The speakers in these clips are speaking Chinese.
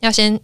要先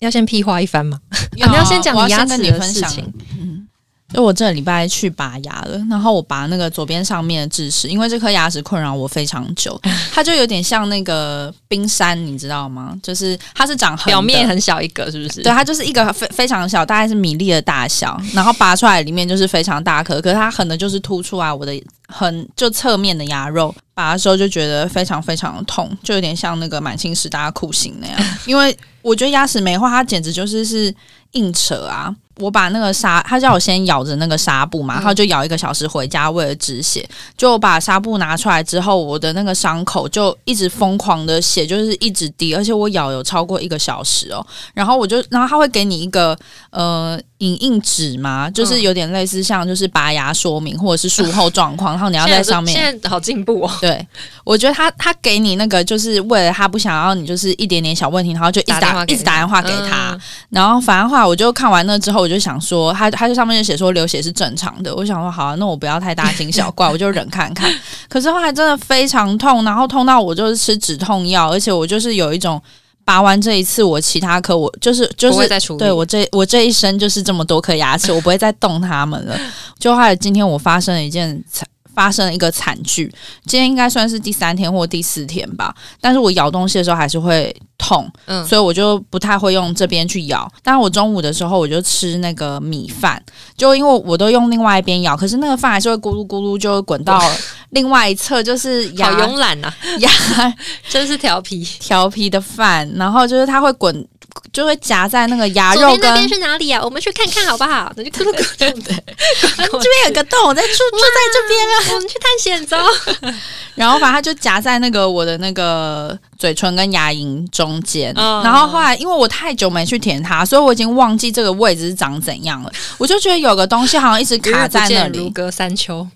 要先屁话一番 嘛。要啊你要先讲我要你牙先跟齿啊你的分事享情。嗯，就我这礼拜去拔牙了，然后我拔那个左边上面的智齿，因为这颗牙齿困扰我非常 久，它就有点像那个冰山，你知道吗？就是它是长横的表面很小一个，是不是？对，，它就是一个非非常小，大概是米粒的大小，然后拔出来里面就是非常大颗，可是它横的就是凸出来我的很就侧面的牙肉，拔的时候就觉得非常非常痛，就有点像那个满清十大酷刑那样， 因为我觉得牙齿没化，它简直就是是硬扯啊。我把那个纱，他叫我先咬着那个纱布嘛，嗯然后就咬一个小时回家为了止血。就我把纱布拿出来之后，我的那个伤口就一直疯狂的血，就是一直滴，而且我咬有超过一个小时哦。然后我就，然后他会给你一个呃影印纸嘛，就是嗯有点类似像就是拔牙说明或者是术后状况，然后你要在上面现在好进步哦，对，我觉得他他给你那个，就是为了他不想要你就是一点点小问题，然后就一电直打话一直打电话给他。嗯然后反正后来我就看完那之后，我就想说，他他就上面就写说流血是正常的。我想说好、啊，那我不要太大惊小怪，我就忍 看看。可是后来真的非常痛，然后痛到我就是吃止痛药，而且我就是有一种拔完这一次，我其他颗我就是就不会是再处理。对我这我这一生就是这么多颗牙齿，我不会再动它们了。就还有今天我发生了一件惨，发生了一个惨剧。今天应该算是第三天或第四天吧，但是我咬东西的时候还是会痛，嗯，所以我就不太会用这边去咬。但是我中午的时候我就吃那个米饭，就因为我都用另外一边咬，可是那个饭还是会咕噜咕噜就滚到 另外一侧，就是好牙慵懒呐、啊， 牙 真是调皮。调皮的饭，然后就是它会滚。就会夹在那个牙左肉边那跟边是哪里呀、啊我们去看看好不好？那就咕噜咕 噜对，这边有个洞，我在住 住在这边啊。我们去探险走。然后把它就夹在那个我的那个嘴唇跟牙龈中间。嗯然后后来因为我太久没去舔它，所以我已经忘记这个位置是长怎样了。我就觉得有个东西好像一直卡在那如里。隔三 秋，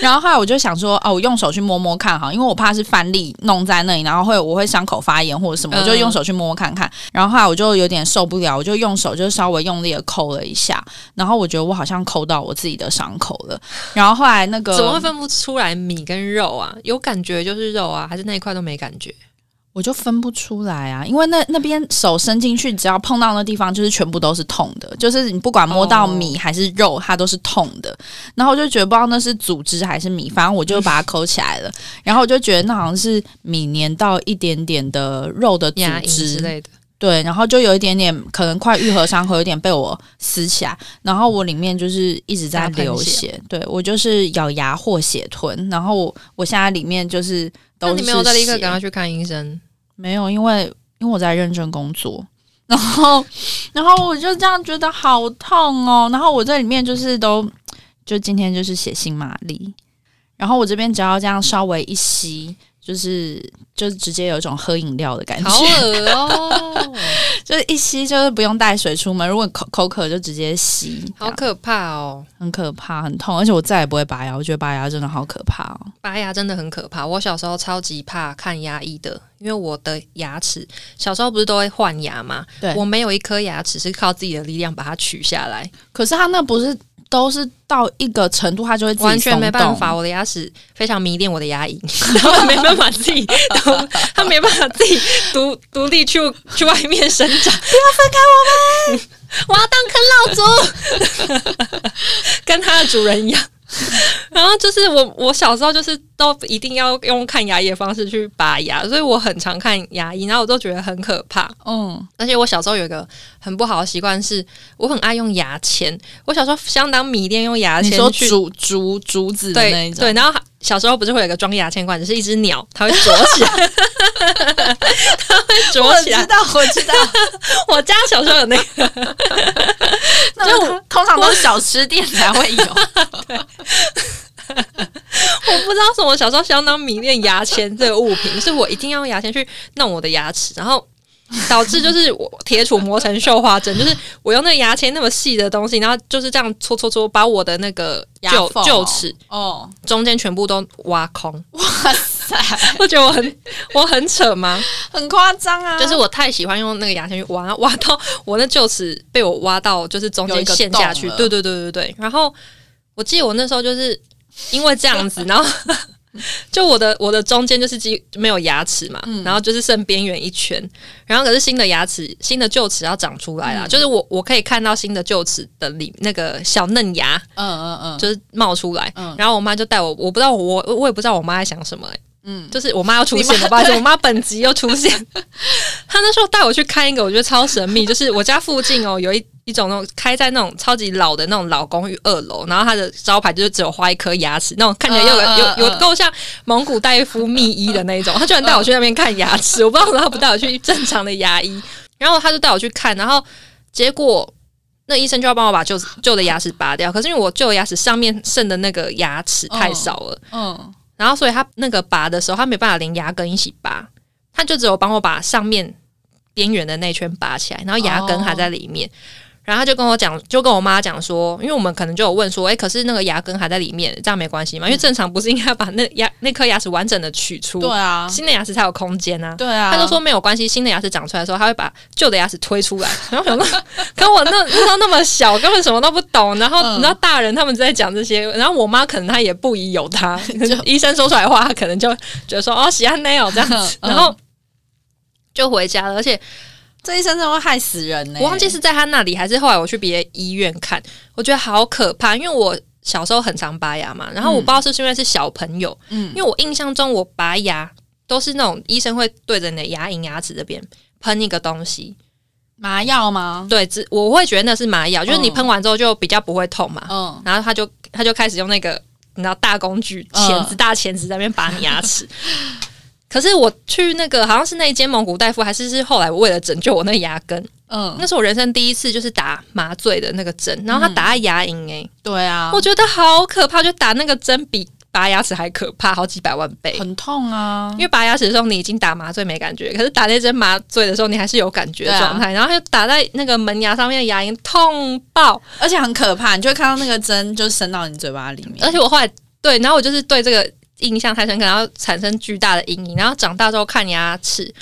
然后后来我就想说，哦，我用手去摸摸看哈，因为我怕是饭粒弄在那里，然后会我会伤口发炎或者什么，嗯我就用手去摸摸看看。然后后来我就有点受不了，我就用手就稍微用力的抠了一下，然后我觉得我好像抠到我自己的伤口了。然后后来那个怎么会分不出来米跟肉啊？有感觉就是肉啊，还是那一块都没感觉？我就分不出来啊，因为那那边手伸进去，只要碰到那地方，就是全部都是痛的，就是你不管摸哦到米还是肉，它都是痛的。然后我就觉得不知道那是组织还是米，反正我就 把它抠起来了。然后我就觉得那好像是米粘到一点点的肉的组牙龈织之类的，对，然后就有一点点可能快愈合伤口，有点被我撕起来，然后我里面就是一直在流大血，对我就是咬牙或血吞，然后我我现在里面就是都那是你没有在立刻血赶快去看医生？没有，因为因为我在认真工作， 然后然后我就这样觉得好痛哦，然后我这里面就是都就今天就是血腥玛丽，然后我这边只要这样稍微一吸，就是就直接有一种喝饮料的感觉，好啊恶哦， 就是一吸就是不用带水出门，如果口口渴就直接吸，这好样可怕哦！很可怕，很痛，而且我再也不会拔牙，我觉得拔牙真的好可怕哦。拔牙真的很可怕，我小时候超级怕看牙医的，因为我的牙齿小时候不是都会换牙嘛，对我没有一颗牙齿是靠自己的力量把它取下来，可是他那不是都是到一个程度，他就会自己完全没松办动法，我的牙齿非常迷恋我的牙龈， 然后没办法自己 独，它没办法自己独独立去去外面生长。 不要分开我们，我要当啃老族，跟它的主人一样。然后就是我，我小时候就是都一定要用看牙医的方式去拔牙，所以我很常看牙医，然后我都觉得很可怕。嗯，而且我小时候有一个很不好的习惯是，我很爱用牙签。我小时候相当迷恋用牙你签说去竹竹竹子的那一对种，对，然后小时候不是会有一个装牙签罐，只是一只鸟，它会啄起来，它 会啄我起知来。道，我知 道。我家小时候有那个，就通常都是小吃店才会 有， 我不知道为什么，小时候相当迷恋牙签这个物品，就是我一定要用牙签去弄我的牙齿，然后。导致就是我铁杵磨成绣花针，就是我用那个牙签那么细的东西，然后就是这样搓搓搓，把我的那个牙臼缝哦臼齿哦，中间全部都挖空。哇塞，我觉得我很我很扯吗？很夸张啊！就是我太喜欢用那个牙签去挖，挖到我那臼齿被我挖到，就是中有一间个陷下去洞。了对对对对对。然后我记得我那时候就是因为这样子，然后 就我的我的中间就是几没有牙齿嘛，嗯然后就是剩边缘一圈，然后可是新的牙齿、新的臼齿要长出来嗯啦，就是我我可以看到新的臼齿的里那个小嫩芽嗯嗯嗯，就是冒出来，嗯然后我妈就带我，我不知道我我我也不知道我妈在想什么、欸，嗯就是我妈要出你妈现，我爸我妈本集又出现， 她那时候带我去看一个我觉得超神秘，就是我家附近哦有一。一种那种开在那种超级老的那种老公寓二楼，然后它的招牌就是只有花一颗牙齿，那种看起来又有、嗯嗯有有嗯够像蒙古大夫秘医的那一种，他居然带我去那边看牙齿，我不知道为什么他不带我去正常的牙医，然后他就带我去看，然后结果那医生就要帮我把旧旧的牙齿拔掉，可是因为我旧的牙齿上面剩的那个牙齿太少了，嗯然后所以他那个拔的时候，他没办法连牙根一起拔，他就只有帮我把上面边缘的那一圈拔起来，然后牙根还在里面。然后他就跟我讲，就跟我妈讲说，因为我们可能就有问说，诶，可是那个牙根还在里面，这样没关系吗？因为正常不是应该把那牙那颗牙齿完整的取出，对啊新的牙齿才有空间啊。对啊，他就说没有关系，新的牙齿长出来的时候，他会把旧的牙齿推出来。然后我想说，可我那那时候那么小，根本什么都不懂。然后嗯你知道大人他们在讲这些，然后我妈可能她也不疑有他就，医生说出来的话，她可能就觉得说哦，喜安没有这样子，嗯然后就回家了。而且这医生真的会害死人呢、我忘记是在他那里，还是后来我去别的医院看，我觉得好可怕，因为我。小时候很常拔牙嘛，然后我不知道是不是因为是小朋友，嗯因为我印象中我拔牙都是那种医生会对着你的牙龈、牙齿这边喷一个东西，麻药吗？对，只我会觉得那是麻药，就是你喷完之后就比较不会痛嘛。嗯，然后他就他就开始用那个你知道大工具嗯钳子、大钳子在那边拔你牙齿。 可是我去那个好像是那一间蒙古大夫，还是是后来我为了拯救我那个牙根，嗯，那是我人生第一次就是打麻醉的那个针，然后他打在牙龈、欸，对啊我，觉得好可怕，就打那个针比拔牙齿还可怕，好几百万倍。很痛啊因。为拔牙齿的时候你已经打麻醉没感觉，可是打那针麻醉的时候你还是有感觉的状态，然后它就打在那个门牙上面的牙龈痛爆，而且很可怕，你就会看到那个针就伸到你嘴巴里面。而且我后来对，然后我就是对这个印象太深刻，然后产生巨大的阴影，然后长大之后看牙齿，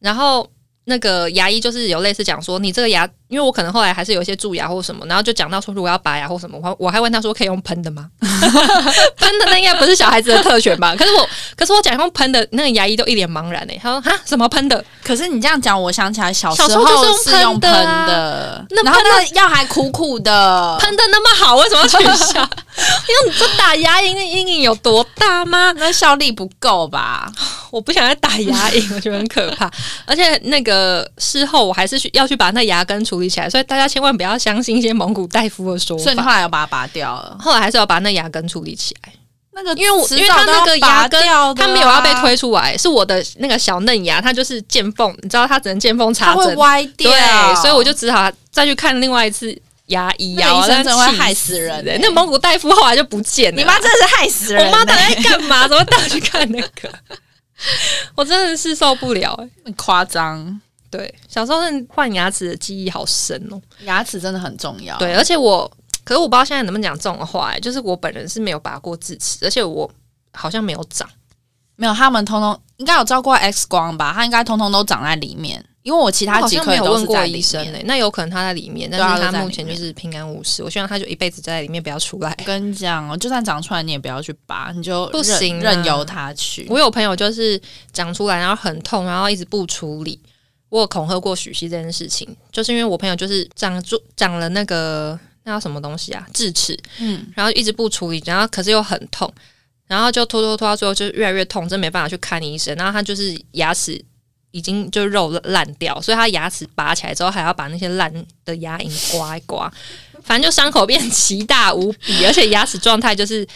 然后。那个牙医就是有类似讲说，你这个牙，因为我可能后来还是有一些蛀牙或什么，然后就讲到说，如果要拔牙或什么，我还我还问他说可以用喷的吗？ 喷的那应该不是小孩子的特权吧？可是我，可是我讲用喷的，那个牙医都一脸茫然诶、欸，他说哈什么喷的？可是你这样讲，我想起来小时小时候候就是是用用喷喷的啊的，那然后喷那个药还苦苦的，喷的那么好，为什么要取消？ 因为你这打牙龈的阴影有多大吗？那效力不够吧？我不想再打牙龈，我觉得很可怕。 而且那个事后我还是去要去把那牙根处理起来，所以大家千万不要相信一些蒙古大夫的说所以你法。后来要把它拔掉了。后来还是要把那牙根处理起来，那个因为我迟因为早他都那要个牙拔根，掉的啊他没有要被，推出来，是我的那个小嫩牙，它就是见缝，你知道它只能见缝插它会针，歪掉。对，所以我就只好再去看另外一次牙医啊，那个医我生在真的会气害死人欸那蒙古大夫后来就不见了，你妈真的是害死人我欸！妈到底在干嘛？怎么带 我去看那个？ 我真的是受不了、欸。很夸张，对，小时候那换牙齿的记忆好深哦、牙齿真的很重要。对，而且我，可是我不知道现在能不能讲这种话、欸。就是我本人是没有拔过智齿，而且我好像没有长。没有，他们通通应该有照过 X 光吧？他应该通通都长在里面，因为我其我他好几像颗没也有都问是过在医里生面。诶、那有可能他在里面，但对是啊都在目里前就面是平安无事。我希望他就一辈子在里面不要出来。我跟你讲哦，就算长出来，你也不要去拔，你就不任行啊任由它去。我有朋友就是长出来，然后很痛，然后一直不处理。我有恐吓过许熙这件事情，就是因为我朋友就是长住长了那个那叫什么东西啊，智齿，嗯，然后一直不处理，然后可是又很痛，然后就拖拖拖到最后就越来越痛，真没办法去看医生。然后他就是牙齿已经就肉烂掉，所以他牙齿拔起来之后还要把那些烂的牙龈刮一刮，反正就伤口变奇大无比，而且牙齿状态就是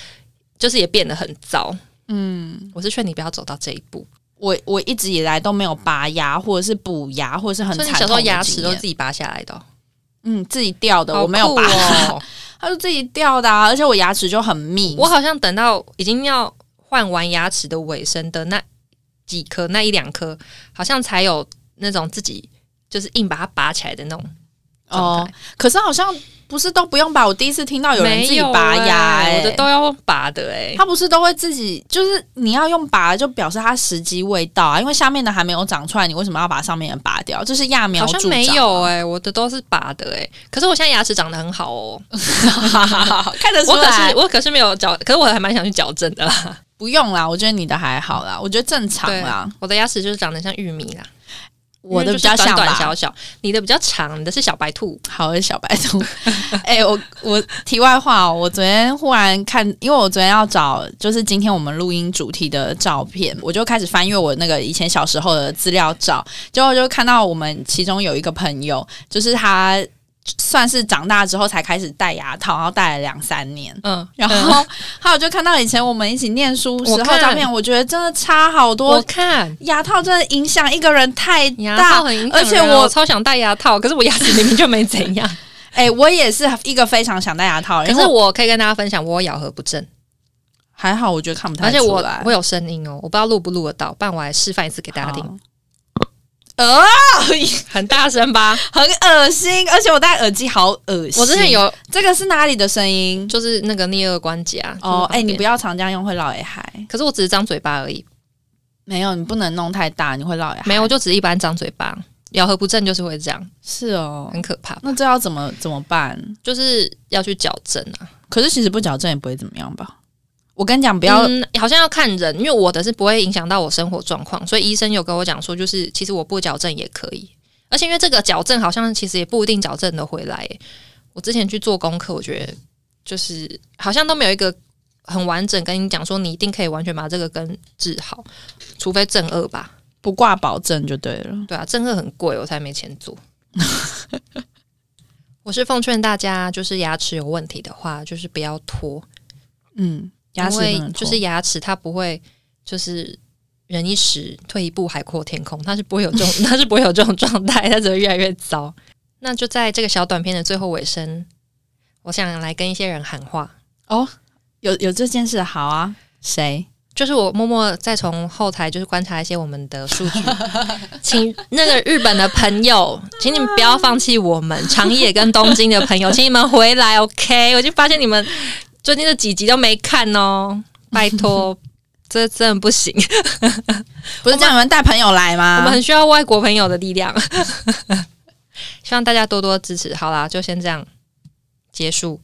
就是也变得很糟。嗯，我是劝你不要走到这一步。我我一直以来都没有拔牙，或者是补牙，或者是很所以你惨小时痛候的牙齿经都验是自己拔下来的哦、嗯自己掉的，好我没有酷拔， 哦它是自己掉的、啊，而且我牙齿就很密。我好像等到已经要换完牙齿的尾声的那几颗，那一两颗，好像才有那种自己就是硬把它拔起来的那种状哦态。，可是好像不是都不用拔，我第一次听到有人自没己有拔牙、欸欸，我的都要用拔的哎、他不是都会自己，就是你要用拔，就表示它时机未到啊，因为下面的还没有长出来，你为什么要把上面的拔掉？这是揠苗好助像长。没 有哎、我的都是拔的哎、可是我现在牙齿长得很好哦，看得出我可来是。我可是没有矫，可是我还蛮想去矫正的啦。不用啦，我觉得你的还好啦，我觉得正常对啦。我的牙齿就是长得像玉米啦，我因的为比就是较 像吧，短短小小，你的比较长，你的是小白兔。好，我是小白兔。哎、我我题外话哦，我昨天忽然看，因为我昨天要找就是今天我们录音主题的照片，我就开始翻阅我那个以前小时候的资料照，结果就看到我们其中有一个朋友，就是他算是长大之后才开始戴牙套，然后戴了两三年。嗯，然后，还有就看到以前我们一起念书时我候看照 片，我觉得真的差好我多。看牙套真的影响一个人太牙大套，很影响人啊，而且我超想戴牙套，可是我牙齿明明就没怎样。哎、我也是一个非常想戴牙套的可人，是因为我可以跟大家分享，我有咬合不正，还好，我觉得看不太而且出我来。我有声音哦，我不知道录不录得到，不然我来示范一次给大家听，好。呃，很大声 吧？很恶心，而且我戴耳机好恶心。我之前有这个是哪里的声音？就是那个颞颌关节啊。哦，哎、你不要，要常这样用，会落耳嗨。可是我只是张嘴巴而已，没没有，你不能弄太大，你会落耳嗨。没有，我就只是一般张嘴巴。咬合不正就是会这样，是哦，很可怕，那这要怎么怎么办？就是要去矫正啊。可是其实不矫正也不会怎么样吧？我跟你讲，不不要、嗯，好像要看人，因为我的是不会影响到我生活状况，所以医生有跟我讲说，就是其实我不矫正也可以，而且因为这个矫正好像其实也不一定矫正的回来耶。我之前去做功课，我觉得就是好像都没有一个很完整跟你讲说你一定可以完全把这个根治好，除非正二吧。不挂保证就对了。对啊，正二很贵，我才没钱做。我是奉劝大家，就是牙齿有问题的话，就是不要拖，嗯，牙齿因不为能就脱是牙齿它不会就是忍一时退一步海阔天空，它是不会有这 种它是不会有这种状态，它只会越来越糟。那就在这个小短片的最后尾声，我想来跟一些人喊话，有有这件事，好啊。谁？就是我默默再从后台就是观察一些我们的数 据，请那个日本的朋友，请你们不要放弃我们长野跟东京的朋友，请你们回来，OK？我就发现你们最近这几集都没看哦，拜 托，这真的不行，不是叫你们带朋友来吗？我们很需要外国朋友的力量， 希望大家多多支持。好啦，就先这样结束，